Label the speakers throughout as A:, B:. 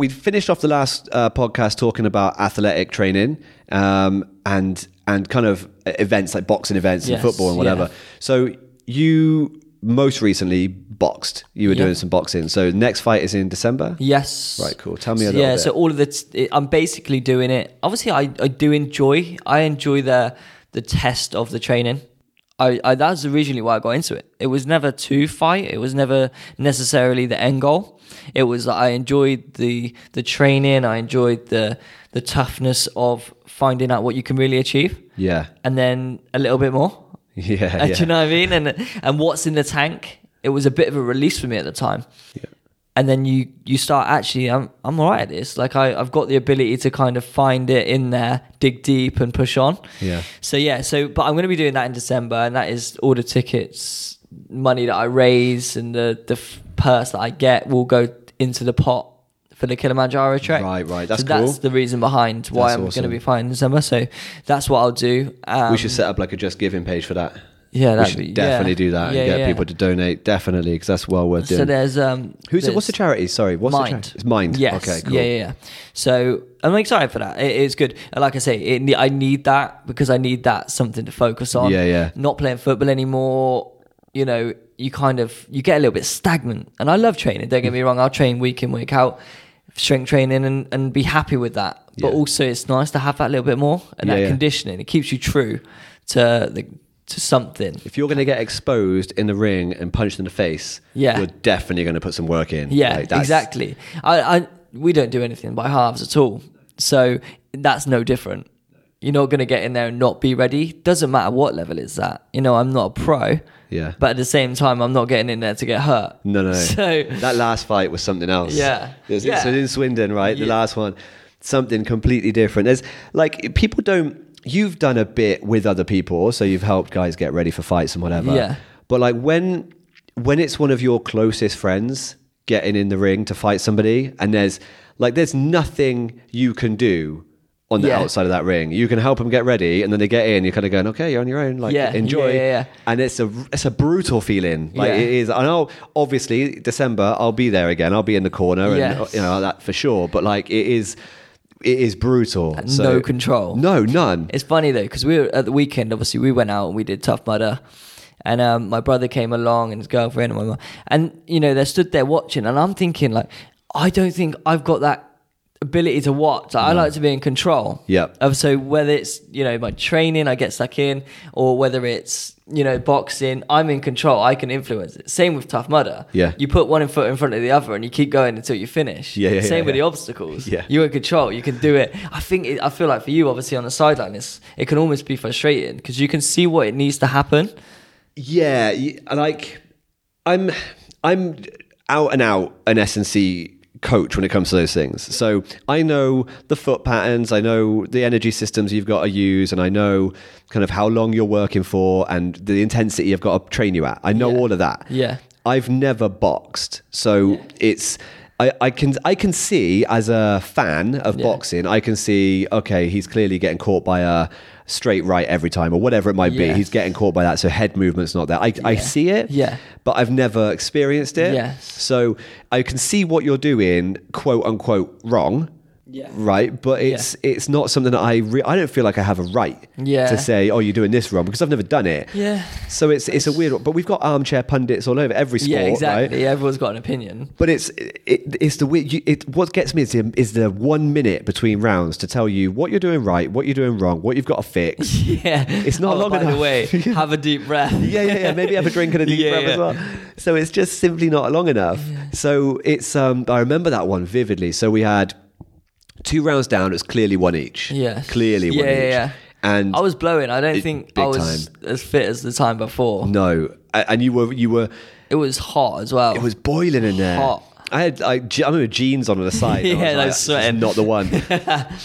A: we finished off the last uh, podcast talking about athletic training um, and and kind of uh, events like boxing events
B: Yes,
A: and football and whatever.
B: yeah.
A: So you most recently boxed. You were
B: Yeah.
A: doing some boxing. So next fight is in December.
B: Yes.
A: Right, cool. Tell me a little
B: yeah,
A: bit.
B: so all of the, t- I'm basically doing it. Obviously, I, I do enjoy, I enjoy the the test of the training. I, I that was originally why I got into it. It was never to fight. It was never necessarily the end goal. It was that I enjoyed the the training. I enjoyed the the toughness of finding out what you can really achieve,
A: Yeah,
B: and then a little bit more.
A: yeah,
B: Uh, Do
A: yeah.
B: you know what I mean? And and what's in the tank? It was a bit of a release for me at the time. And then you you start actually I'm I'm all right at this. Like I I've got the ability to kind of find it in there, dig deep and push on.
A: Yeah.
B: So yeah. So but I'm going to be doing that in December, and that is all the tickets, money that I raise, and the the f- purse that I get will go into the pot for the Kilimanjaro trek.
A: Right, right. That's
B: so
A: cool.
B: That's the reason behind why
A: That's
B: I'm
A: awesome.
B: going to be flying in December. So that's what I'll do. Um,
A: we should set up like a just giving page for that.
B: yeah,
A: we
B: that'd
A: should
B: be-
A: definitely
B: yeah.
A: do that
B: Yeah,
A: and get
B: yeah.
A: people to donate. Definitely, because that's well worth
B: So
A: doing.
B: there's um.
A: Who's it? What's the
B: there's
A: charity? Sorry, what's the
B: Mind?
A: charity? It's Mind.
B: Yes.
A: Okay. Cool.
B: Yeah, yeah, yeah. So I'm excited for that. It, it's good. And like I say, it, ne- I need that because I need that something to focus on.
A: Yeah, yeah.
B: Not playing football anymore. You know, you kind of you get a little bit stagnant. And I love training. Don't
A: Mm.
B: get me wrong. I'll train week in week out, strength training, and and be happy with that. But
A: Yeah.
B: also, it's nice to have that little bit more and
A: Yeah,
B: that
A: yeah.
B: conditioning. It keeps you true to the to something.
A: If you're going to get exposed in the ring and punched in the face,
B: Yeah.
A: you're definitely going to put some work in.
B: Yeah,
A: Like, that's-
B: exactly. I, I we don't do anything by halves at all, so that's no different. You're not going to get in there and not be ready. Doesn't matter what level it's at. You know, I'm not a pro,
A: Yeah.
B: but at the same time, I'm not getting in there to get hurt.
A: No, no, no.
B: So
A: that last fight was something else.
B: Yeah.
A: There's-
B: Yeah.
A: So in Swindon, right? The
B: Yeah.
A: last one, something completely different. There's like people don't. You've done a bit with other people, so you've helped guys get ready for fights and whatever.
B: Yeah.
A: But like when when it's one of your closest friends getting in the ring to fight somebody, and there's like there's nothing you can do on the
B: Yeah.
A: outside of that ring. You can help them get ready, and then they get in. You're kind of going, okay, you're on your own. Like
B: Yeah.
A: enjoy.
B: Yeah, yeah, yeah.
A: And it's a it's a brutal feeling. Like
B: Yeah.
A: it is. I know. Obviously, December I'll be there again. I'll be in the corner, and
B: Yes.
A: you know that for sure. But like it is, it is brutal. So-
B: no control.
A: No, none.
B: It's funny though because we were at the weekend. Obviously, we went out and we did Tough Mudder, and um, my brother came along and his girlfriend and my mum. And you know, they stood there watching, and I'm thinking like, I don't think I've got that ability to watch. Like, I like to be in control.
A: Yep.
B: Of so whether it's you know my training, I get stuck in, or whether it's you know boxing, I'm in control. I can influence it. Same with Tough Mudder.
A: Yeah.
B: You put one foot in front of the other, and you keep going until you finish.
A: Yeah, yeah,
B: Same
A: yeah,
B: with
A: yeah.
B: the obstacles.
A: Yeah.
B: You're in control. You can do it. I think. It, I feel like for you, obviously on the sideline, it's it can almost be frustrating because you can see what it needs to happen.
A: Yeah, y- like I'm, I'm out and out an S and C coach when it comes to those things. So I know the foot patterns, I know the energy systems you've got to use, and I know kind of how long you're working for and the intensity I've got to train you at. I know
B: Yeah.
A: all of that.
B: Yeah.
A: I've never boxed, so it's. I, I can I can see as a fan of
B: Yeah.
A: boxing, I can see okay, he's clearly getting caught by a straight right every time or whatever it might be.
B: Yeah.
A: He's getting caught by that, so head movement's not there. I, I see it,
B: Yeah.
A: but I've never experienced it.
B: Yes.
A: So I can see what you're doing, quote unquote, wrong.
B: Yeah.
A: Right, but it's it's not something that I re- I don't feel like I have a right
B: Yeah.
A: to say oh you're doing this wrong because I've never done it.
B: Yeah.
A: So it's it's a weird one, but we've got armchair pundits all over every sport,
B: yeah.
A: right?
B: Exactly. Everyone's got an opinion.
A: But it's it, it's the weird. you- It what gets me is the, is the one minute between rounds to tell you what you're doing right, what you're doing wrong, what you've got to fix.
B: Yeah.
A: It's not
B: oh,
A: long
B: by
A: enough.
B: the way,
A: Yeah.
B: have a deep breath.
A: yeah, yeah, yeah. Maybe have a drink and a deep
B: Yeah,
A: breath as
B: yeah.
A: well. So it's just simply not long enough. So it's um I remember that one vividly. So we had two rounds down. It was clearly one each.
B: Yes.
A: clearly one
B: Yeah, yeah,
A: each.
B: yeah.
A: And
B: I was blowing. I don't think I
A: big
B: was as fit as the time before.
A: no, A- and you were you were
B: It was hot as well.
A: It was boiling in there.
B: Hot.
A: I had I, je- I remember jeans on on the side.
B: Yeah,
A: I was
B: like
A: "This is
B: sweating."
A: Not the one.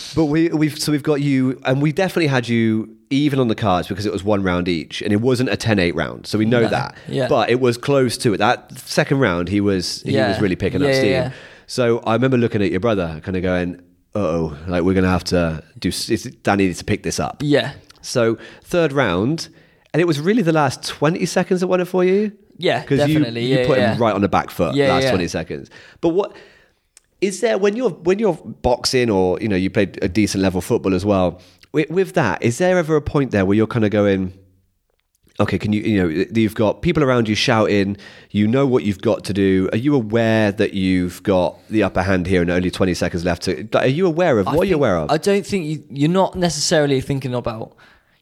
A: but we we've so we've got you, and we definitely had you even on the cards because it was one round each, and it wasn't a 10-8 round, so we know
B: No,
A: that.
B: yeah.
A: But it was close to it. That second round, he was he
B: Yeah.
A: was really picking up
B: Yeah, yeah,
A: steam.
B: yeah.
A: So I remember looking at your brother, kind of going, "Oh, like we're gonna have to do. s- it's- Danny needs to pick this up."
B: Yeah.
A: So third round, and it was really the last twenty seconds that won it for you.
B: Yeah,
A: you,
B: definitely.
A: you
B: Yeah,
A: put
B: yeah.
A: him right on the back foot
B: Yeah,
A: last
B: yeah.
A: twenty seconds. But what is there when you're when you're boxing or you know you played a decent level football as well with, with that is there ever a point there where you're kind of going okay can you you know you've got people around you shouting you know what you've got to do are you aware that you've got the upper hand here and only 20 seconds left to are you aware of
B: I
A: what are you
B: think-
A: aware of
B: I don't think you, you're not necessarily thinking about.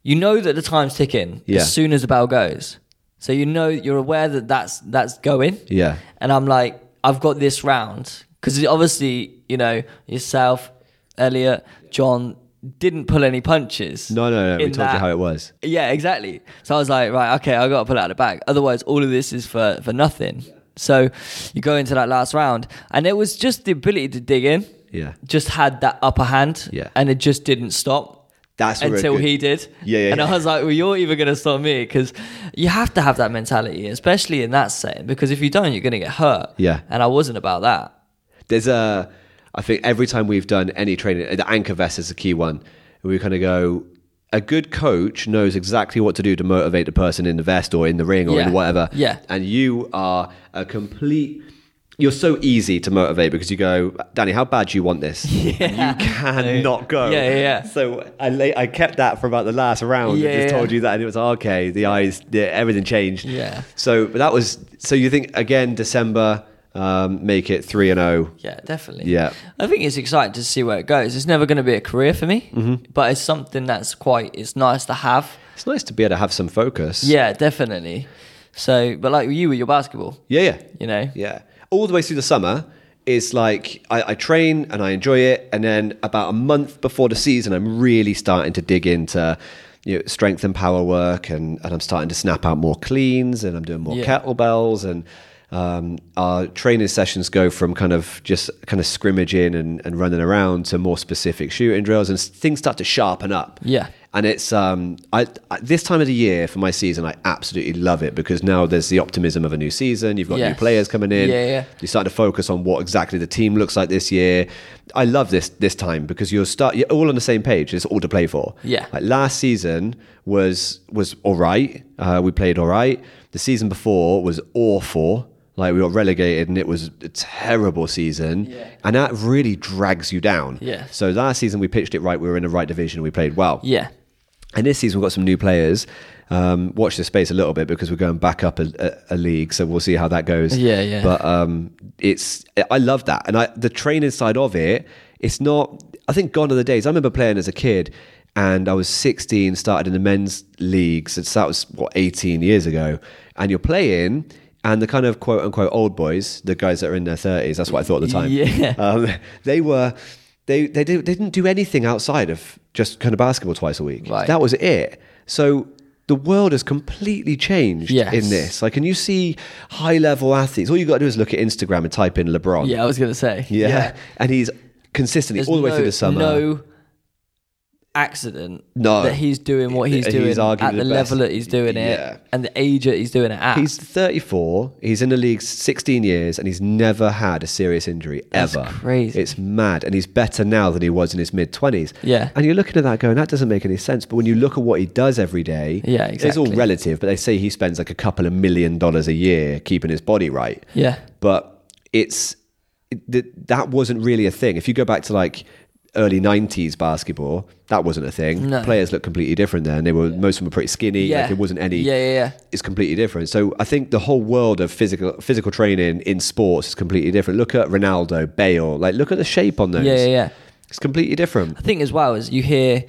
B: You know that the time's ticking
A: Yeah.
B: as soon as the bell goes, so you know you're aware that that's that's going.
A: yeah
B: And I'm like, I've got this round because obviously you know yourself, Elliot, John didn't pull any punches.
A: no no no we
B: in
A: told you
B: that-
A: how it was
B: Yeah, exactly. So I was like, right, okay, I got to pull out the bag. Otherwise, all of this is for for nothing. So you go into that last round, and it was just the ability to dig in.
A: Yeah.
B: just had that upper hand.
A: Yeah.
B: and it just didn't stop
A: that's where a
B: until
A: good-
B: he did.
A: Yeah, yeah,
B: And
A: yeah.
B: I was like, well, you're either going to stop me because you have to have that mentality, especially in that setting, because if you don't, you're going to get hurt.
A: Yeah.
B: and I wasn't about that.
A: there's a i think every time we've done any training the anchor vest is a key one we kind of go a good coach knows exactly what to do to motivate the person in the vest or in the ring or
B: Yeah.
A: in whatever
B: Yeah.
A: and you are a complete you're so easy to motivate because you go, Danny, how bad do you want this? And you cannot go.
B: Yeah, yeah, yeah.
A: So I la- I kept that for about the last round.
B: Yeah,
A: I just
B: yeah.
A: told you that, and it was okay. The eyes, the, everything changed.
B: Yeah.
A: So but that was. So you think again, December, um, make it three and zero.
B: Yeah, definitely.
A: Yeah.
B: I think it's exciting to see where it goes. It's never going to be a career for me,
A: Mm-hmm.
B: but it's something that's quite. It's nice to have.
A: It's nice to be able to have some focus.
B: Yeah, definitely. So, but like you with your basketball,
A: Yeah, yeah.
B: you know.
A: Yeah. All the way through the summer is like I, I train and I enjoy it. And then about a month before the season, I'm really starting to dig into you know, strength and power work and, and I'm starting to snap out more cleans and I'm doing more
B: Yeah.
A: kettlebells and um, our training sessions go from kind of just kind of scrimmaging and, and running around to more specific shooting drills and s- things start to sharpen up.
B: Yeah.
A: And it's um, I, I this time of the year for my season, I absolutely love it because now there's the optimism of a new season. You've got new
B: Yes.
A: players coming in.
B: Yeah, yeah.
A: You start to focus on what exactly the team looks like this year. I love this this time because you're start you're all on the same page. It's all to play for.
B: Yeah.
A: Like last season was was all right. Uh, we played all right. The season before was awful. Like we got relegated and it was a terrible season.
B: Yeah.
A: And that really drags you down.
B: Yeah.
A: So last season we pitched it right. We were in the right division. We played well.
B: Yeah.
A: And this season, we've got some new players. Um, watch this space a little bit because we're going back up a, a, a league, so we'll see how that goes.
B: Yeah, yeah.
A: But um, it's I love that, and I the training side of it. It's not. I think gone are the days. I remember playing as a kid, and I was 16, started in the men's leagues. It's that was what 18 years ago, and you're playing. And the kind of quote unquote old boys, the guys that are in their 30s, that's what I thought at the time
B: Yeah.
A: um, they were they they, did, they didn't do anything outside of just kind of basketball twice a week.
B: Right.
A: That was it. So the world has completely changed
B: Yes.
A: in this. Like, and you see high level athletes. All you got to do is look at Instagram and type in LeBron.
B: Yeah, I was going to say.
A: yeah, and he's consistently
B: There's
A: all the way
B: no-
A: through the summer.
B: No accident
A: No.
B: that he's doing what he's
A: He's
B: doing
A: arguably
B: at the,
A: the best.
B: level that he's doing it
A: Yeah.
B: and the age that he's doing it at.
A: He's 34. He's in the league 16 years, and he's never had a serious injury
B: That's
A: ever.
B: crazy.
A: It's mad, and he's better now than he was in his mid 20s.
B: Yeah.
A: And you're looking at that going, that doesn't make any sense. But when you look at what he does every day,
B: Yeah,
A: It's all
B: exactly.
A: relative, but they say he spends like a couple of million dollars a year keeping his body right
B: yeah.
A: but it's it- that that wasn't really a thing. If you go back to like early 90s basketball, that wasn't a thing.
B: No.
A: Players looked completely different then. They were most of them were pretty skinny.
B: Yeah.
A: Like it wasn't any
B: Yeah, yeah, yeah.
A: It's completely different. So I think the whole world of physical physical training in sports is completely different. Look at Ronaldo, Bale, like look at the shape on those.
B: Yeah, yeah, yeah.
A: It's completely different.
B: I think as well as you hear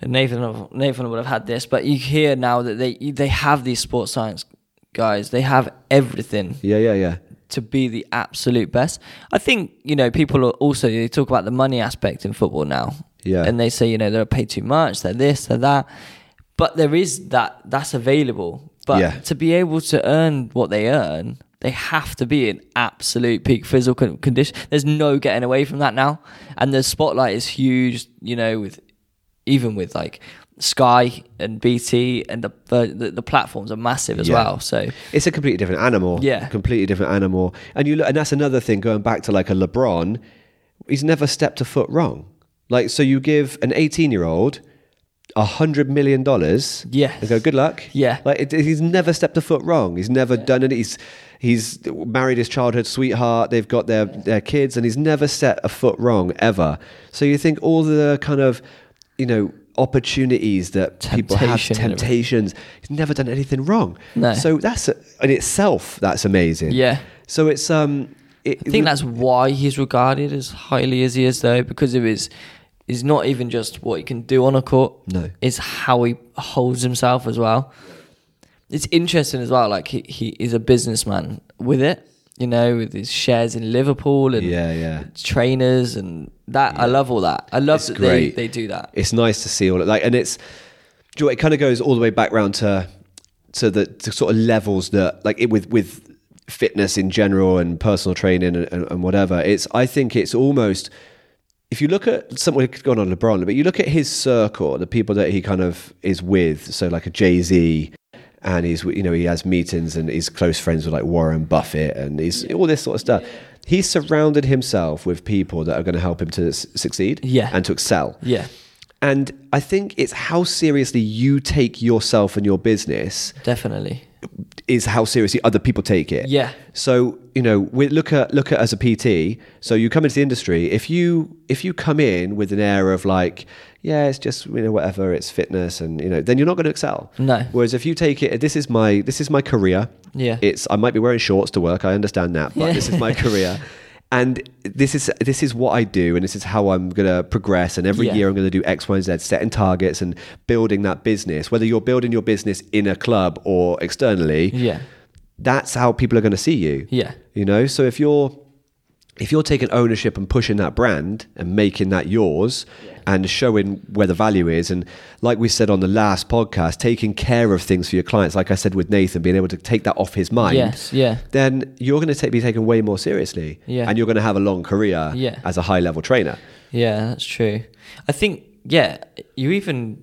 B: and Nathan Nathan would have had this, but you hear now that they they have these sports science guys. They have everything
A: Yeah, yeah, yeah.
B: to be the absolute best. I think you know people are also they talk about the money aspect in football now.
A: Yeah.
B: and they say you know they're paid too much, they're this, they're that, but there is that that's available. But
A: Yeah.
B: to be able to earn what they earn, they have to be in absolute peak physical con- condition. There's no getting away from that now, and the spotlight is huge. You know, with even with like Sky and BT and the the, the platforms are massive as
A: Yeah.
B: well. So
A: It's a completely different animal.
B: Yeah.
A: completely different animal. And you look, and that's another thing. Going back to like a LeBron, he's never stepped a foot wrong. Like, so you give an eighteen-year-old a hundred million dollars.
B: Yes.
A: and go good luck.
B: Yeah.
A: like it, he's never stepped a foot wrong. He's never done it. He's He's married his childhood sweetheart. They've got their their kids, and he's never set a foot wrong ever. So you think all the kind of you know opportunities that people have,
B: Temptation.
A: temptations. He's never done anything wrong.
B: No.
A: So that's in itself that's amazing.
B: Yeah.
A: So it's um. It,
B: I think that's why he's regarded as highly as he is, though, because of his. Is not even just what he can do on a court.
A: No.
B: it's how he holds himself as well. It's interesting as well. Like he, he is a businessman with it, you know, with his shares in Liverpool and
A: Yeah, yeah.
B: trainers and that. I love all that. I love
A: It's
B: that
A: great.
B: they they do that.
A: it's nice to see all of like and it's do you know, it kind of goes all the way back round to to the to sort of levels that like it with with fitness in general and personal training and, and, and whatever it's i think it's almost if you look at someone who's gone on lebron but you look at his circle the people that he kind of is with so like a jay-z and he's you know he has meetings and he's close friends with like warren buffett and he's all this sort of stuff He surrounded himself with people that are going to help him to s- succeed
B: Yeah.
A: and to excel
B: Yeah,
A: and I think it's how seriously you take yourself and your business
B: definitely.
A: is how seriously other people take it.
B: Yeah.
A: So you know, we look at look at as a PT. So you come into the industry. If you if you come in with an air of like, yeah, it's just you know whatever, it's fitness, and you know, then you're not going to excel.
B: No.
A: Whereas if you take it, this is my this is my career.
B: Yeah.
A: It's I might be wearing shorts to work. I understand that, but
B: Yeah.
A: this is my career. And this is this is what I do, and this is how I'm gonna progress. And every
B: Yeah.
A: year I'm gonna do X, Y, and Z, setting targets and building that business. Whether you're building your business in a club or externally,
B: Yeah,
A: that's how people are going to see you.
B: Yeah.
A: You know, so if you're if you're taking ownership and pushing that brand and making that yours and showing where the value is and like we said on the last podcast taking care of things for your clients like I said with Nathan being able to take that off his mind
B: Yes, yeah.
A: then you're going to take, be taken way more seriously
B: Yeah.
A: and you're going to have a long career
B: Yeah.
A: as a high level trainer
B: yeah, that's true. I think yeah, you even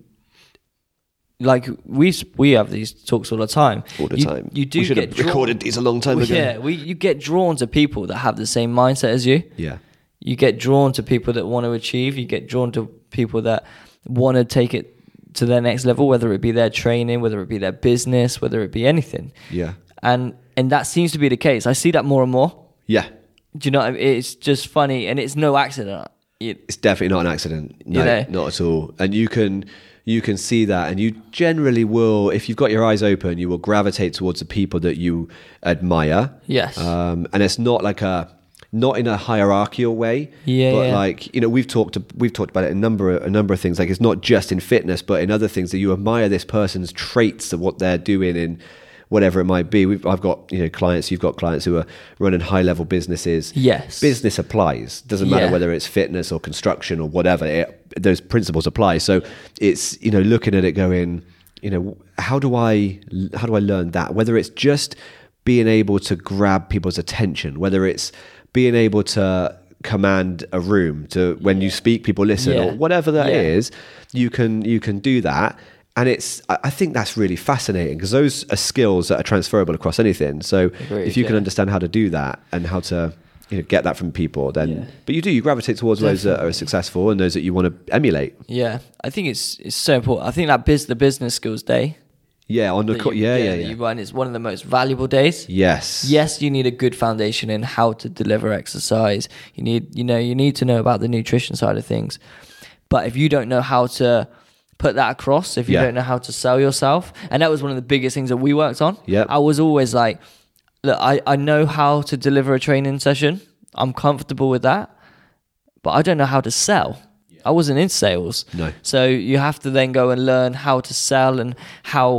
B: like we s- we have these talks all the time.
A: all the
B: You-
A: time
B: You do
A: we should
B: get
A: have
B: drawn-
A: recorded these a long time
B: Well,
A: ago
B: yeah, we you get drawn to people that have the same mindset as you.
A: yeah
B: You get drawn to people that want to achieve. You get drawn to people that want to take it to their next level, whether it be their training, whether it be their business, whether it be anything.
A: yeah
B: And and that seems to be the case. I see that more and more.
A: yeah
B: Do you know? What I mean? It's just funny, and it's no accident. It,
A: it's definitely not an accident. No,
B: You know?
A: not at all. And you can you can see that, and you generally will, if you've got your eyes open, you will gravitate towards the people that you admire.
B: Yes.
A: Um, and it's not like a not in a hierarchical way.
B: Yeah,
A: But
B: yeah.
A: like you know, we've talked we've talked about it a number a number of things. Like it's not just in fitness, but in other things that you admire this person's traits of what they're doing in whatever it might be. We've, I've got you know clients. You've got clients who are running high level businesses
B: Yes.
A: business applies. Doesn't matter
B: Yeah.
A: whether it's fitness or construction or whatever. It, those principles apply. So it's you know looking at it, going, you know, how do I how do I learn that? Whether it's just being able to grab people's attention, whether it's being able to command a room to when you speak, people listen,
B: Yeah.
A: or whatever that is
B: Yeah.
A: is, you can you can do that and it's i I think that's really fascinating because those are skills that are transferable across anything so
B: Agreed,
A: if you can
B: yeah.
A: understand how to do that and how to you know get that from people then
B: Yeah.
A: but you do you gravitate towards those that are successful and those that you want to emulate
B: yeah, I think it's it's so important. I think that biz the business skills day.
A: yeah on the
B: that
A: co-
B: you-
A: yeah yeah
B: that
A: yeah,
B: You run is one of the most valuable days.
A: yes
B: yes you need a good foundation in how to deliver exercise you need you know you need to know about the nutrition side of things but if you don't know how to put that across if you
A: Yeah.
B: don't know how to sell yourself and that was one of the biggest things that we worked on
A: Yep.
B: i was always like look I, I know how to deliver a training session i'm comfortable with that but i don't know how to sell i wasn't in sales
A: No.
B: so you have to then go and learn how to sell and how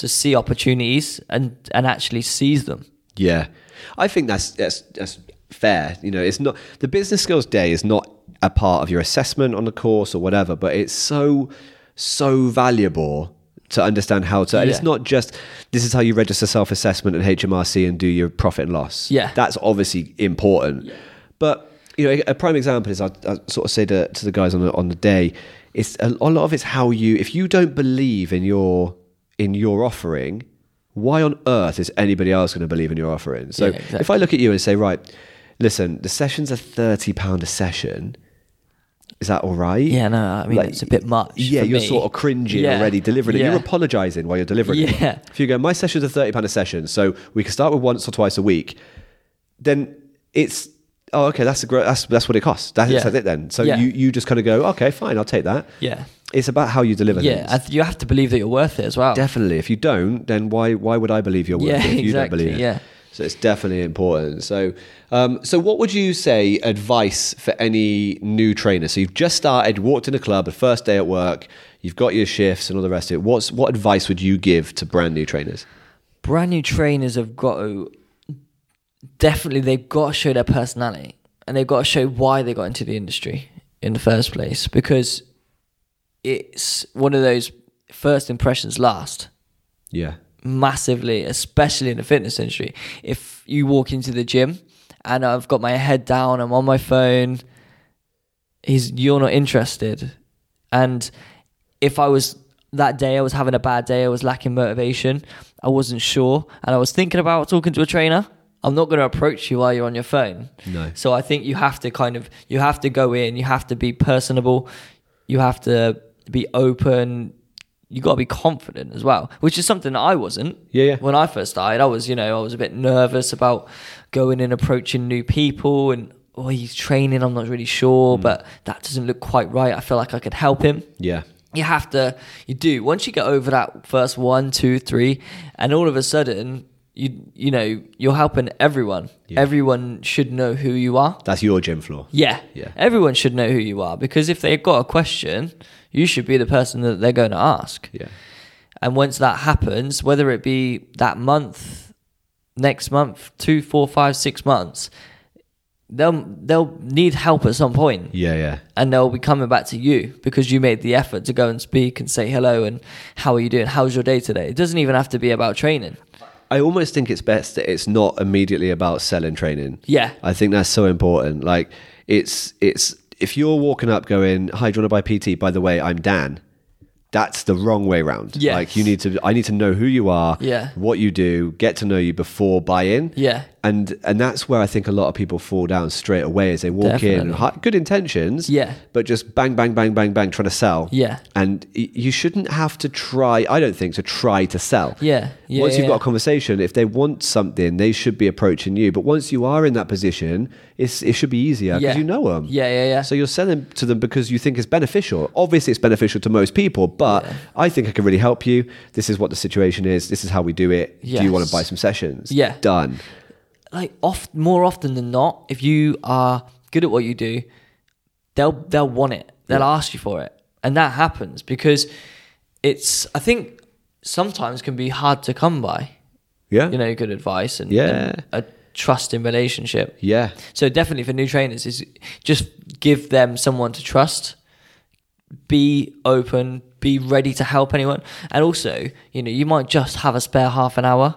B: to see opportunities and and actually seize them
A: Yeah, I think that's that's that's fair. You know, it's not the business skills day is not a part of your assessment on the course or whatever, but it's so so valuable to understand how to. And it's
B: Yeah.
A: not just this is how you register self assessment and HMRC and do your profit and loss.
B: Yeah.
A: that's obviously important, but. You know, a prime example is I, I sort of say to, to the guys on the, on the day, it's a, a lot of it's how you. If you don't believe in your in your offering, why on earth is anybody else going to believe in your offering? So
B: Yeah, exactly.
A: if I look at you and say, right, listen, the sessions are thirty pound a session, is that all right?
B: Yeah, no, I mean, it's a bit much
A: Yeah,
B: for
A: you're
B: me.
A: sort of cringing
B: Yeah.
A: already delivering it.
B: Yeah.
A: You're apologising while you're delivering it.
B: Yeah.
A: If you go, my sessions are thirty pound a session, so we can start with once or twice a week, then it's oh okay, that's a gro- that's that's what it costs. That's,
B: Yeah.
A: that's it then. So
B: Yeah.
A: you you just kind of go okay, fine, I'll take that.
B: Yeah.
A: It's about how you deliver
B: Yeah,
A: things.
B: I th- you have to believe that you're worth it as well.
A: Definitely. If you don't, then why why would I believe you're worth
B: Yeah,
A: it? If You don't
B: exactly,
A: believe it.
B: yeah.
A: So it's definitely important. So, um, so what would you say advice for any new trainer? So you've just started, walked in a club, the first day at work, you've got your shifts and all the rest of it. What's what advice would you give to brand new trainers?
B: Brand new trainers have got to definitely they've got to show their personality and they've got to show why they got into the industry in the first place because it's one of those first impressions last.
A: Yeah.
B: massively, especially in the fitness industry. If you walk into the gym and I've got my head down, I'm on my phone, he's you're not interested. And if I was that day, I was having a bad day, I was lacking motivation, I wasn't sure, and I was thinking about talking to a trainer. I'm not going to approach you while you're on your phone.
A: No.
B: So I think you have to kind of you have to go in, you have to be personable, you have to be open, you got to be confident as well, which is something that I wasn't.
A: Yeah, yeah.
B: When I first started, I was, you know, I was a bit nervous about going and approaching new people and oh, he's training, I'm not really sure,
A: Mm.
B: but that doesn't look quite right. I feel like I could help him
A: Yeah.
B: you have to you do once you get over that first one two three and all of a sudden you you know you're helping everyone everyone should know who you are
A: That's your gym floor.
B: yeah
A: Yeah.
B: everyone should know who you are because if they've got a question you should be the person that they're going to ask
A: Yeah.
B: and once that happens whether it be that month next month two four five six months they'll they'll need help at some point
A: Yeah. Yeah.
B: and they'll be coming back to you because you made the effort to go and speak and say hello and how are you doing? How's your day today? It doesn't even have to be about training.
A: I almost think it's best that it's not immediately about selling training.
B: Yeah.
A: I think that's so important. Like it's it's if you're walking up going, "Hi, do you want to buy PT?" By the way, I'm Dan. That's the wrong way round.
B: Yeah.
A: Like you need to I need to know who you are,
B: Yeah.
A: what you do, get to know you before buy in.
B: Yeah.
A: And and that's where I think a lot of people fall down straight away as they walk in.
B: Definitely.
A: Hi- Good intentions.
B: Yeah.
A: But just bang, bang, bang, bang, bang, trying to sell.
B: Yeah.
A: And y- you shouldn't have to try, I don't think, to try to sell.
B: Yeah. Yeah,
A: Once
B: yeah,
A: you've got
B: yeah.
A: a conversation, if they want something, they should be approaching you. But once you are in that position, it's, it should be easier because
B: Yeah.
A: you know them.
B: Yeah, yeah, yeah.
A: So you're selling to them because you think it's beneficial. Obviously, it's beneficial to most people, but I think I can really help you. This is what the situation is. This is how we do it. Do you want to
B: Yes.
A: buy some sessions?
B: Yeah.
A: Done.
B: Like oft more often than not, if you are good at what you do, they'll they'll want it. They'll ask you for it. And that happens because it's I think sometimes can be hard to come by.
A: Yeah.
B: You know, good advice and,
A: Yeah.
B: and a trusting relationship.
A: Yeah.
B: So definitely for new trainers is just give them someone to trust. Be open, be ready to help anyone. And also, you know, you might just have a spare half an hour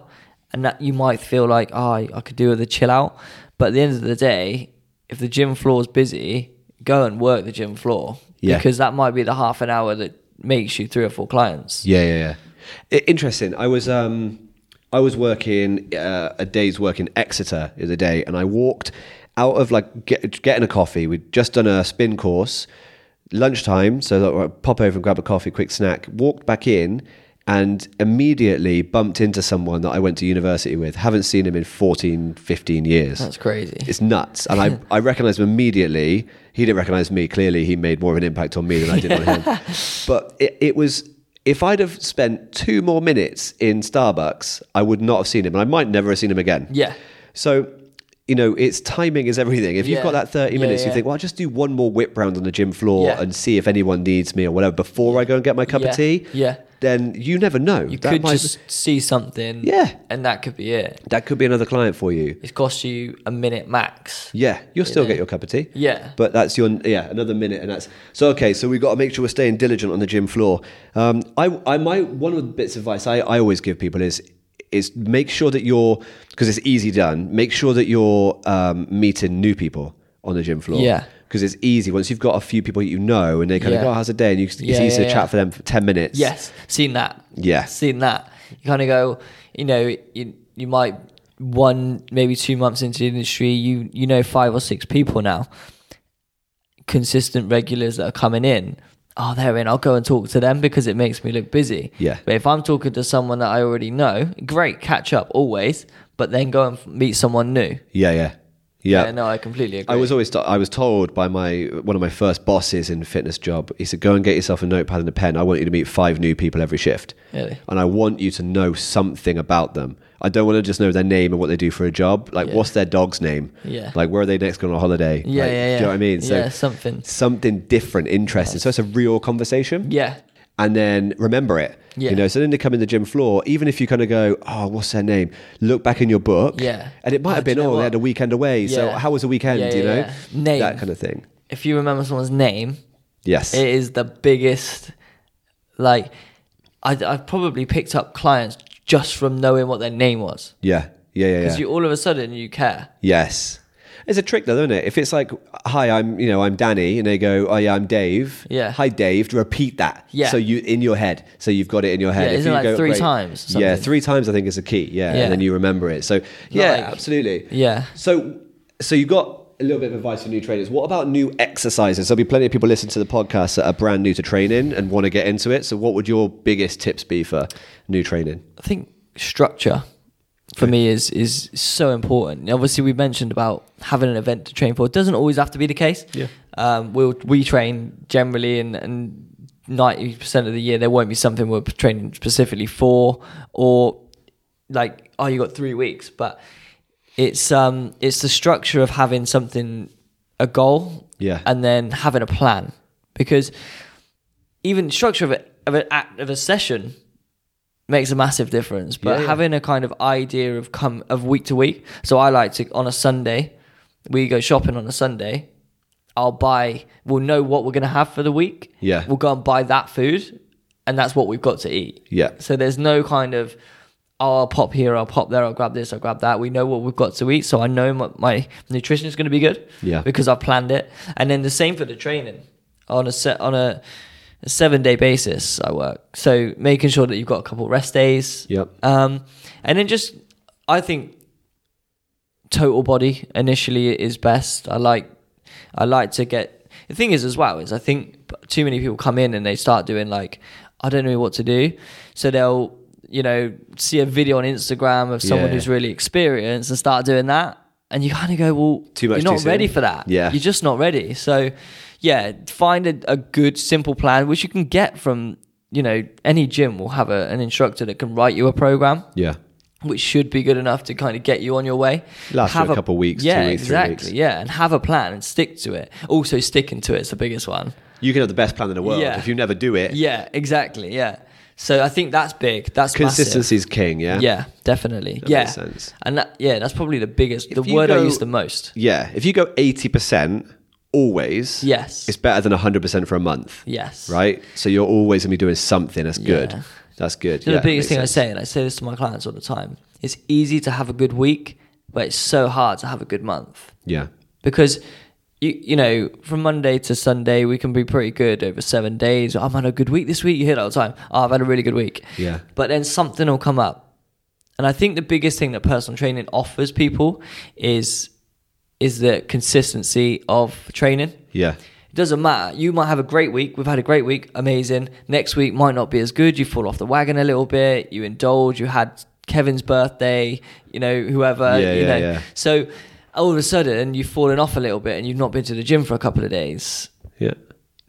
B: and that you might feel like, oh, I, I could do with a chill out. But at the end of the day, if the gym floor is busy, go and work the gym floor.
A: Yeah.
B: Because that might be the half an hour that makes you three or four clients.
A: Yeah, yeah, yeah. I- interesting. I was um, I was working uh, a day's work in Exeter the other day, and I walked out of like get, getting a coffee. We'd just done a spin course, lunchtime, so I thought, right, pop over and grab a coffee, quick snack. Walked back in. And immediately bumped into someone that I went to university with. Haven't seen him in 14, 15 years.
B: That's crazy.
A: It's nuts. And I, I recognized him immediately. He didn't recognize me. Clearly, he made more of an impact on me than I did on him. But it, it was, if I'd have spent two more minutes in Starbucks, I would not have seen him. And I might never have seen him again.
B: Yeah.
A: So, you know, it's timing is everything. If you've
B: Yeah.
A: got that 30
B: Yeah,
A: minutes, you
B: yeah.
A: think, well, I'll just do one more whip round on the gym floor
B: Yeah.
A: and see if anyone needs me or whatever before I go and get my cup
B: Yeah.
A: of tea.
B: Yeah.
A: Then you never know.
B: You
A: that,
B: could
A: might-
B: just see something.
A: Yeah.
B: And that could be it.
A: that could be another client for you.
B: It costs you a minute max.
A: Yeah, you'll still get your cup of tea.
B: Yeah.
A: but that's your yeah another minute, and that's so okay. So we've got to make sure we're staying diligent on the gym floor. Um, I I my one of the bits of advice I, I always give people is is make sure that you're because it's easy done. Make sure that you're um, meeting new people on the gym floor.
B: Yeah.
A: because it's easy once you've got a few people you know and they kind of
B: Yeah.
A: go, oh, "How's the day?" and you, it's
B: Yeah,
A: easy
B: yeah,
A: to
B: yeah.
A: chat for them for ten minutes.
B: Yes, seen that.
A: Yeah.
B: seen that. You kind of go, you know, you you might one maybe two months into the industry, you you know five or six people now. consistent regulars that are coming in, oh, they're in. I'll go and talk to them because it makes me look busy.
A: Yeah.
B: But if I'm talking to someone that I already know, great, catch up always. But then go and f- meet someone new.
A: Yeah, yeah, yeah.
B: Yeah, no, I completely agree.
A: I was always I was told by my one of my first bosses in fitness job. He said, "Go and get yourself a notepad and a pen. I want you to meet five new people every shift,
B: Really?
A: and I want you to know something about them. I don't want to just know their name and what they do for a job. Like,
B: Yeah.
A: what's their dog's name?
B: Yeah.
A: Like, where are they next going on holiday?
B: Yeah,
A: Like,
B: yeah, yeah.
A: Do you know what I mean?
B: yeah, something.
A: something different, interesting. So it's a real conversation
B: Yeah,
A: and then remember it.
B: Yeah.
A: You know, so then they come in the gym floor, even if you kind of go, oh, what's their name? Look back in your book.
B: Yeah.
A: And it might
B: Oh,
A: have
B: do you
A: been,
B: know
A: oh,
B: what?
A: they had a weekend away. So
B: Yeah.
A: how was the weekend,
B: Yeah,
A: you
B: yeah,
A: know?
B: yeah. Name.
A: That kind of thing.
B: if you remember someone's name,
A: Yes.
B: it is the biggest. Like, I, I've probably picked up clients just from knowing what their name was.
A: yeah. Yeah. Yeah. Yeah.
B: Because you all of a sudden you care.
A: yes. It's a trick though, isn't it? If it's like, hi, I'm, you know, I'm Danny, and they go, oh yeah, I'm Dave.
B: Yeah.
A: Hi, Dave. Repeat that.
B: Yeah.
A: So you in your head, so you've got it in your head.
B: Yeah,
A: If
B: isn't
A: you
B: it like
A: go,
B: three
A: "Great."
B: times or
A: Yeah,
B: something?
A: three times I think is the key. Yeah,
B: Yeah.
A: and then you remember it. So yeah,
B: Like-
A: absolutely.
B: Yeah.
A: So, so you got a little bit of advice for new trainers. What about new exercises? There'll be plenty of people listening to the podcast that are brand new to training and want to get into it. So, what would your biggest tips be for new training?
B: I think structure for me is is so important. Obviously, we mentioned about having an event to train for. It doesn't always have to be the case.
A: Yeah.
B: Um, we'll we train generally, and and ninety percent of the year there won't be something we're training specifically for, or like oh you got three weeks, but it's um it's the structure of having something a goal
A: Yeah.
B: and then having a plan because even structure of a, of an act of a session makes a massive difference. But
A: Yeah, yeah.
B: having a kind of idea of come of week to week. So I like to on a Sunday, we go shopping on a Sunday. I'll buy. We'll know what we're gonna have for the week.
A: Yeah.
B: we'll go and buy that food, and that's what we've got to eat.
A: Yeah.
B: So there's no kind of, oh, I'll pop here, I'll pop there, I'll grab this, I'll grab that. We know what we've got to eat, so I know my, my nutrition is going to be good.
A: Yeah.
B: Because I've planned it, and then the same for the training on a set on a, a seven day basis. I work so making sure that you've got a couple rest days.
A: Yep.
B: Um, and then just I think total body initially is best. I like I like to get the thing is as well is I think too many people come in and they start doing like I don't know what to do, so they'll you know see a video on Instagram of someone
A: Yeah.
B: who's really experienced and start doing that, and you kind of go well
A: Too much
B: You're not
A: too soon.
B: ready for that.
A: Yeah.
B: you're just not ready. So yeah, find a, a good simple plan which you can get from you know any gym will have a, an instructor that can write you a program
A: Yeah.
B: which should be good enough to kind of get you on your way.
A: Last you a couple weeks, two
B: yeah,
A: weeks, three
B: exactly,
A: weeks.
B: yeah, and have a plan and stick to it. Also, sticking to it's the biggest one.
A: You can have the best plan in the world
B: Yeah.
A: if you never do it.
B: Yeah, exactly, yeah. So I think that's big. That's massive.
A: Consistency is king. Yeah.
B: Yeah, definitely.
A: That
B: yeah,
A: makes sense.
B: and that, yeah, that's probably the biggest, the
A: If you
B: word I
A: go-
B: use the most.
A: Yeah. If you go eighty percent always,
B: Yes.
A: it's better than hundred percent for a month.
B: Yes,
A: Right. So you're always gonna be doing something. That's
B: Yeah.
A: good. That's good.
B: You know,
A: Yeah,
B: the biggest
A: makes
B: thing
A: sense.
B: I say, and I say this to my clients all the time: it's easy to have a good week, but it's so hard to have a good month.
A: Yeah.
B: because you you know from Monday to Sunday we can be pretty good over seven days. "Oh, I've had a good week this week. You hear that all the time. Oh, I've had a really good week.
A: Yeah.
B: But then something will come up, and I think the biggest thing that personal training offers people is is the consistency of training.
A: Yeah.
B: It doesn't matter. You might have a great week. We've had a great week. Amazing. Next week might not be as good. You fall off the wagon a little bit. You indulge. You had Kevin's birthday, you know, whoever,
A: Yeah,
B: you
A: yeah,
B: know.
A: yeah.
B: So all of a sudden you've fallen off a little bit and you've not been to the gym for a couple of days.
A: Yeah.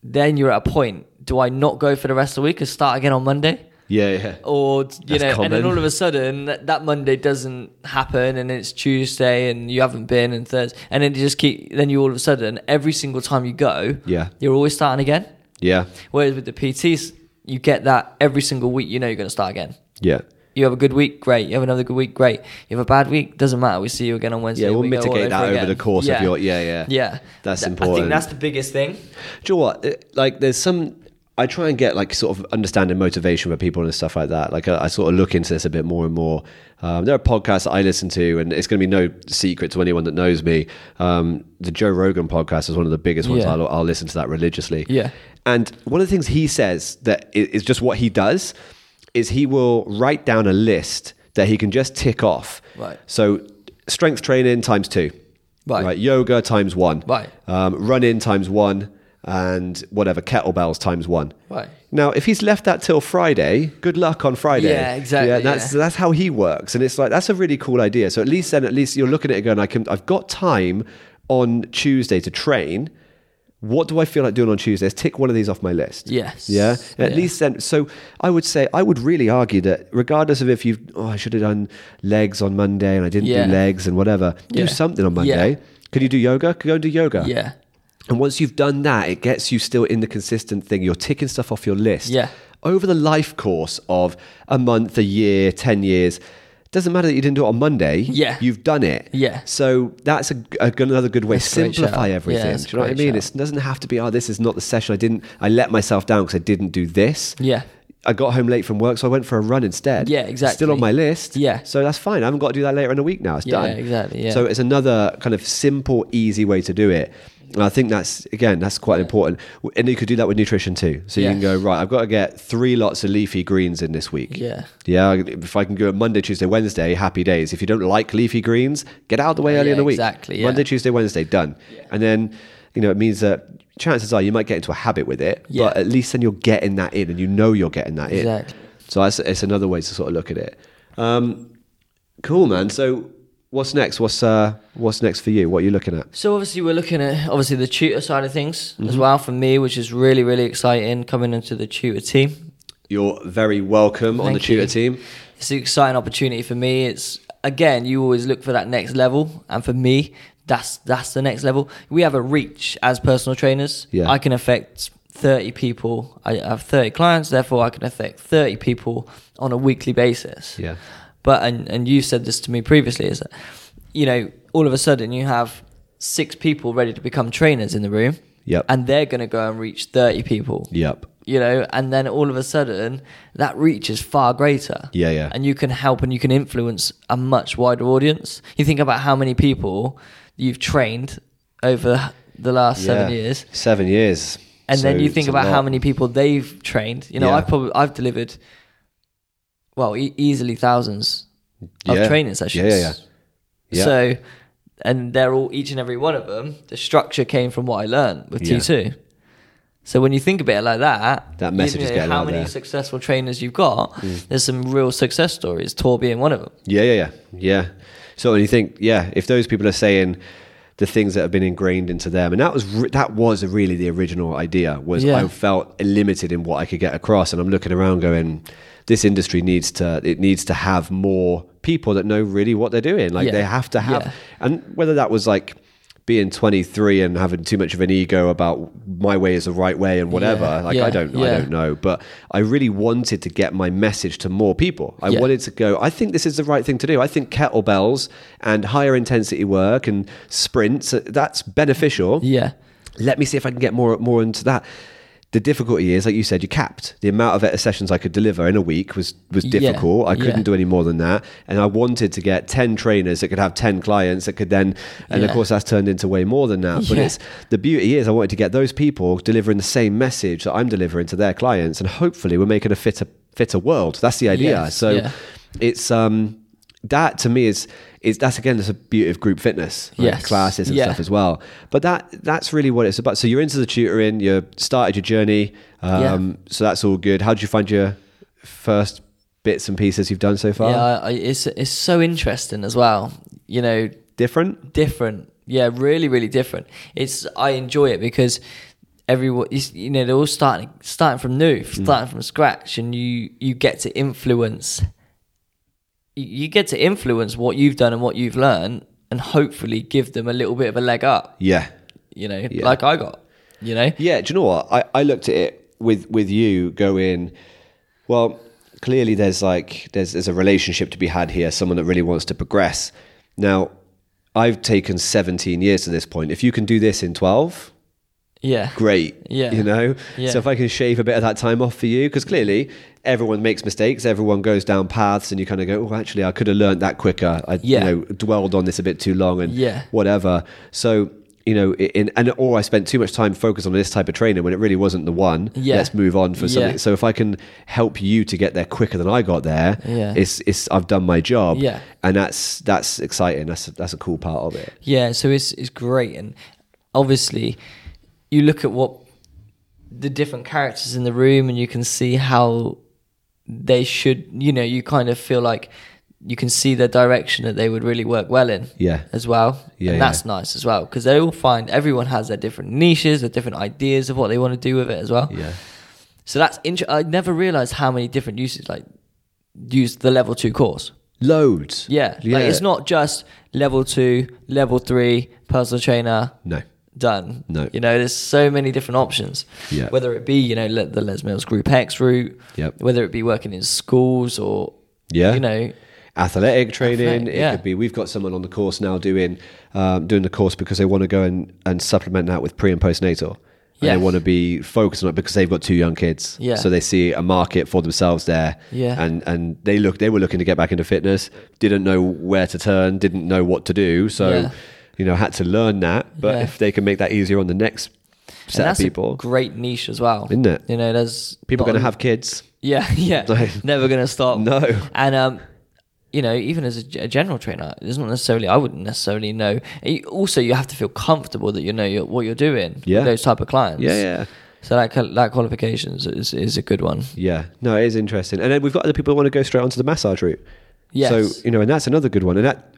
B: Then you're at a point. Do I not go for the rest of the week and start again on Monday?
A: Yeah. Yeah.
B: or you
A: That's
B: know, and then
A: common.
B: all of a sudden that, that Monday doesn't happen, and it's Tuesday, and you haven't been, and Thursday, and then you just keep. Then you all of a sudden every single time you go,
A: Yeah.
B: you're always starting again.
A: Yeah.
B: Whereas with the PTs, you get that every single week. You know you're going to start again.
A: Yeah.
B: You have a good week, great. You have another good week, great. You have a bad week, doesn't matter. We see you again on Wednesday.
A: Yeah,
B: and
A: we'll
B: we go all
A: mitigate that over
B: again.
A: the course of your yeah, yeah.
B: yeah.
A: That's
B: Th- I think
A: important.
B: that's the biggest thing.
A: Do you know what? It- Like, there's some. I try and get like sort of understanding motivation for people and stuff like that. Like, I, I sort of look into this a bit more and more. Um, there are podcasts that I listen to, and it's going to be no secret to anyone that knows me. Um, the Joe Rogan podcast is one of the biggest ones.
B: Yeah.
A: I'll, I'll listen to that religiously.
B: Yeah.
A: And one of the things he says that i- is just what he does is he will write down a list that he can just tick off.
B: Right.
A: So, strength training times two.
B: Right.
A: right? Yoga times one,
B: Right.
A: Um, run in times one, and whatever kettlebells times one.
B: Right.
A: Now, if he's left that till Friday, good luck on Friday.
B: Yeah, exactly,
A: that's
B: yeah.
A: that's how he works, and it's like that's a really cool idea. So at least then, at least you're looking at it going, I can, I've got time on Tuesday to train. What do I feel like doing on Tuesday? Let's tick one of these off my list.
B: Yes.
A: Yeah. At
B: Yeah.
A: least then so I would say I would really argue that regardless of if you oh I should have done legs on Monday and I didn't
B: Yeah.
A: do legs and whatever
B: Yeah.
A: do something on Monday
B: Yeah.
A: can you do yoga go and do yoga
B: Yeah.
A: and once you've done that it gets you still in the consistent thing you're ticking stuff off your list
B: Yeah.
A: over the life course of a month a year 10 years doesn't matter that you didn't do it on Monday
B: Yeah.
A: you've done it
B: Yeah.
A: so that's a, a good- another good way
B: That's a great
A: simplify
B: shout.
A: everything do
B: Yeah, that's a
A: you know what I
B: great
A: mean
B: shout.
A: it's it doesn't have to be, oh, this is not the session. I didn't, I let myself down because I didn't do this.
B: Yeah.
A: I got home late from work, so I went for a run instead.
B: Yeah,
A: It's
B: exactly.
A: Still on my list.
B: Yeah.
A: So that's fine. I haven't got to do that later in the week now. It's
B: Yeah,
A: done.
B: exactly, yeah.
A: So it's another kind of simple, easy way to do it. And I think that's, again, that's quite important. And you could do that with nutrition too. So you
B: Yeah.
A: can go, right, I've got to get three lots of leafy greens in this week.
B: Yeah.
A: Yeah. If I can go Monday, Tuesday, Wednesday, happy days. If you don't like leafy greens, get out of the way early
B: Yeah,
A: in the week.
B: exactly, yeah.
A: Monday, Tuesday, Wednesday, done. And then, you know, it means that chances are you might get into a habit with it,
B: Yeah.
A: but at least then you're getting that in and you know you're getting that
B: Exactly.
A: in. So that's, it's another way to sort of look at it. Um, cool, man. So what's next? What's, uh, what's next for you? What are you looking at?
B: So obviously we're looking at obviously the tutor side of things
A: Mm-hmm.
B: as well for me, which is really really exciting coming into the tutor team.
A: You're very welcome on the
B: Thank
A: tutor
B: you.
A: team.
B: It's an exciting opportunity for me. It's again, you always look for that next level, and for me, that's that's the next level. We have a reach as personal trainers.
A: Yeah.
B: I can affect thirty people. I have thirty clients, therefore I can affect thirty people on a weekly basis.
A: Yeah.
B: But and and you said this to me previously is that you know all of a sudden you have six people ready to become trainers in the room.
A: Yep.
B: And they're going to go and reach 30 people
A: Yep.
B: you know, and then all of a sudden that reach is far greater.
A: Yeah, yeah.
B: And you can help and you can influence a much wider audience. You think about how many people you've trained over the last seven
A: Yeah.
B: years,
A: Seven years.
B: and then
A: So
B: you think
A: it's a
B: about how
A: lot.
B: many people they've trained. You know,
A: Yeah.
B: I've probably I've delivered, well, e- easily thousands of
A: Yeah.
B: training
A: Yeah,
B: sessions.
A: yeah, yeah. Yeah.
B: So, and they're all each and every one of them. The structure came from what I learned with
A: Yeah.
B: T two. So when you think about it like that,
A: That message
B: you
A: is
B: know
A: getting
B: how
A: out
B: many
A: there. Mm.
B: successful trainers you've got. There's some real success stories. Tor being one of them.
A: Yeah, yeah, yeah, yeah. So when you think, yeah, if those people are saying the things that have been ingrained into them, and that was re- that was really the original idea was
B: Yeah.
A: I felt limited in what I could get across, and I'm looking around going, this industry needs to it needs to have more people that know really what they're doing. Like
B: Yeah.
A: they have to have,
B: Yeah.
A: and whether that was like being 23 and having too much of an ego about my way is the right way and whatever
B: Yeah.
A: like i
B: Yeah.
A: don't i
B: Yeah.
A: don't know but i really wanted to get my message to more people i
B: Yeah.
A: wanted to go i think this is the right thing to do i think kettlebells and higher intensity work and sprints uh, that's beneficial
B: Yeah.
A: let me see if i can get more more into that the difficulty is like you said you're capped the amount of uh, sessions i could deliver in a week was was
B: Yeah.
A: difficult i couldn't do
B: Yeah.
A: any more than that and i wanted to get 10 trainers that could have 10 clients that could then and of
B: Yeah.
A: course that's turned into way more than that but
B: Yeah.
A: it's the beauty is i wanted to get those people delivering the same message that i'm delivering to their clients and hopefully we're making a fitter fitter world that's the idea
B: Yes,
A: so
B: yeah.
A: it's um that to me is is that's again that's a beauty of group fitness like
B: Yes.
A: classes and
B: Yeah.
A: stuff as well but that that's really what it's about so you're into the tutoring you started your journey um so that's all good how did you find your first bits and pieces you've done so far
B: Yeah. I, I, it's it's so interesting as well. You know,
A: different
B: different. Yeah, really, really different. It's I enjoy it because everyone, is- you know, they're all starting starting from new, starting from scratch, and you you get to influence. You you get to influence what you've done and what you've learned, and hopefully give them a little bit of a leg up.
A: yeah
B: You know,
A: Yeah.
B: like I got. You know,
A: Yeah, do you know what? I, I looked at it with with you going, well, clearly there's like there's there's a relationship to be had here, someone that really wants to progress. Now, I've taken 17 years to this point. If you can do this in 12,
B: yeah,
A: great.
B: Yeah.
A: You know?
B: Yeah.
A: So if I can shave a bit of that time off for you, because clearly everyone makes mistakes, everyone goes down paths, and you kind of go, oh, actually, I could have learned that quicker. I,
B: Yeah.
A: you know, dwelled on this a bit too long and
B: Yeah.
A: whatever. So you know, in and or I spent too much time focused on this type of training when it really wasn't the one.
B: Yeah.
A: Let's move on for
B: Yeah.
A: something. So if I can help you to get there quicker than I got there,
B: Yeah.
A: it's it's I've done my job.
B: Yeah.
A: And that's that's exciting. That's that's a cool part of it.
B: Yeah, so it's it's great, and obviously, you look at what the different characters in the room, and you can see how they should. You know, you kind of feel like you can see the direction that they would really work well in.
A: Yeah.
B: as well.
A: Yeah,
B: and that's nice as well because they all find everyone has their different niches, their different ideas of what they want to do with it as well.
A: Yeah.
B: So that's interesting. I never realized how many different uses like use the level two course.
A: Loads.
B: Yeah,
A: Yeah.
B: Like, it's not just level two, level three, personal trainer,
A: No.
B: done.
A: No.
B: You know, there's so many different options.
A: Yeah.
B: Whether it be, you know, le- the Les Mills Group X route,
A: Yep. Uh,
B: whether it be working in schools or,
A: Yeah.
B: you know,
A: athletic training.
B: Athletic,
A: it
B: yeah.
A: could be we've got someone on the course now doing um, doing the course because they want to go and, and supplement that with pre and postnatal. And they
B: Yes.
A: want to be focused on it because they've got two young kids.
B: Yeah.
A: So they see a market for themselves there.
B: Yeah.
A: And and they look they were looking to get back into fitness, didn't know where to turn, didn't know what to do. So
B: Yeah.
A: you know, had to learn that. But
B: Yeah.
A: if they can make that easier on the next
B: and
A: set of
B: that's a
A: people,
B: great niche as well.
A: Isn't it?
B: You know, there's
A: people are
B: not
A: gonna
B: a-
A: have kids.
B: Yeah, yeah.
A: Like-
B: Never going to stop.
A: No.
B: And, um, you know, even as a, g- a general trainer, it's not necessarily, I wouldn't necessarily know. You- Also, you have to feel comfortable that you know you what you're doing
A: Yeah.
B: with those type of clients.
A: Yeah, yeah.
B: So that, qual- that qualifications is, is a good one.
A: Yeah, no, it is interesting. And then we've got other people who want to go straight onto the massage route.
B: Yes.
A: So, you know, and that's another good one. And that,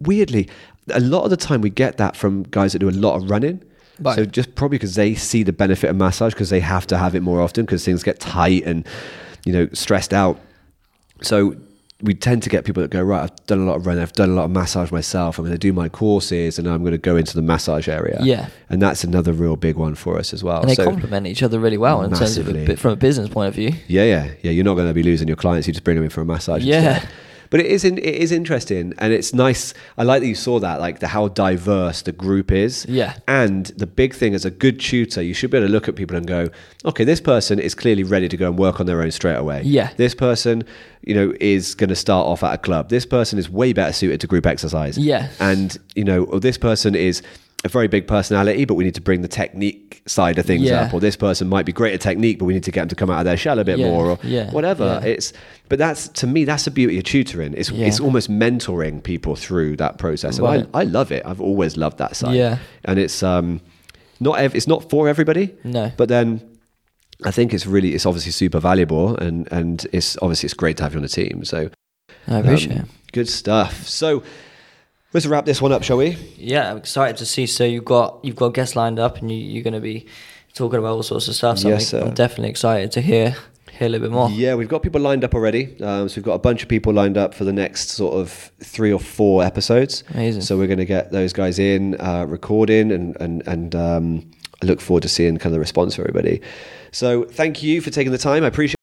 A: weirdly, a lot of the time we get that from guys that do a lot of running.
B: Right.
A: So just probably because they see the benefit of massage because they have to have it more often because things get tight and, you know, stressed out. So we tend to get people that go, right, I've done a lot of running, I've done a lot of massage myself, I'm going to do my courses and I'm going to go into the massage area.
B: Yeah.
A: And that's another real big one for us as well.
B: And they
A: So-
B: complement each other really well in terms of a,
A: Massively.
B: bit- from a business point of view.
A: Yeah, yeah, yeah. You're not going to be losing your clients. You just bring them in for a massage.
B: Yeah.
A: instead. But it is in, it is interesting, and it's nice. I like that you saw that, like the how diverse the group is.
B: Yeah.
A: And the big thing as a good tutor, you should be able to look at people and go, okay, this person is clearly ready to go and work on their own straight away.
B: Yeah.
A: This person, you know, is going to start off at a club. This person is way better suited to group exercise.
B: Yeah.
A: And you know, or this person is. A very big personality, but we need to bring the technique side of things
B: Yeah.
A: up. Or this person might be great at technique, but we need to get them to come out of their shell a bit
B: Yeah,
A: more or
B: yeah,
A: whatever.
B: yeah.
A: It's but that's to me that's the beauty of tutoring. It's
B: Yeah.
A: it's almost mentoring people through that process, and
B: Right.
A: I, I love it. I've always loved that side.
B: Yeah.
A: and it's um not ev- it's not for everybody.
B: No.
A: but then. I think it's really, it's obviously super valuable, and and it's obviously it's great to have you on the team. So
B: I appreciate
A: um, good stuff. So let's wrap this one up, shall we?
B: it. Yeah, I'm excited to see. So you've got you've got guests lined up, and you, you're going to be talking about all sorts of stuff. So
A: Yes,
B: I'm,
A: sir.
B: I'm definitely excited to hear hear a little bit more.
A: Yeah, we've got people lined up already. Um, so we've got a bunch of people lined up for the next sort of three or four episodes.
B: Amazing.
A: So we're going to get those guys in, uh, recording, and and and um, I look forward to seeing kind of the response for everybody. So thank you for taking the time. I appreciate.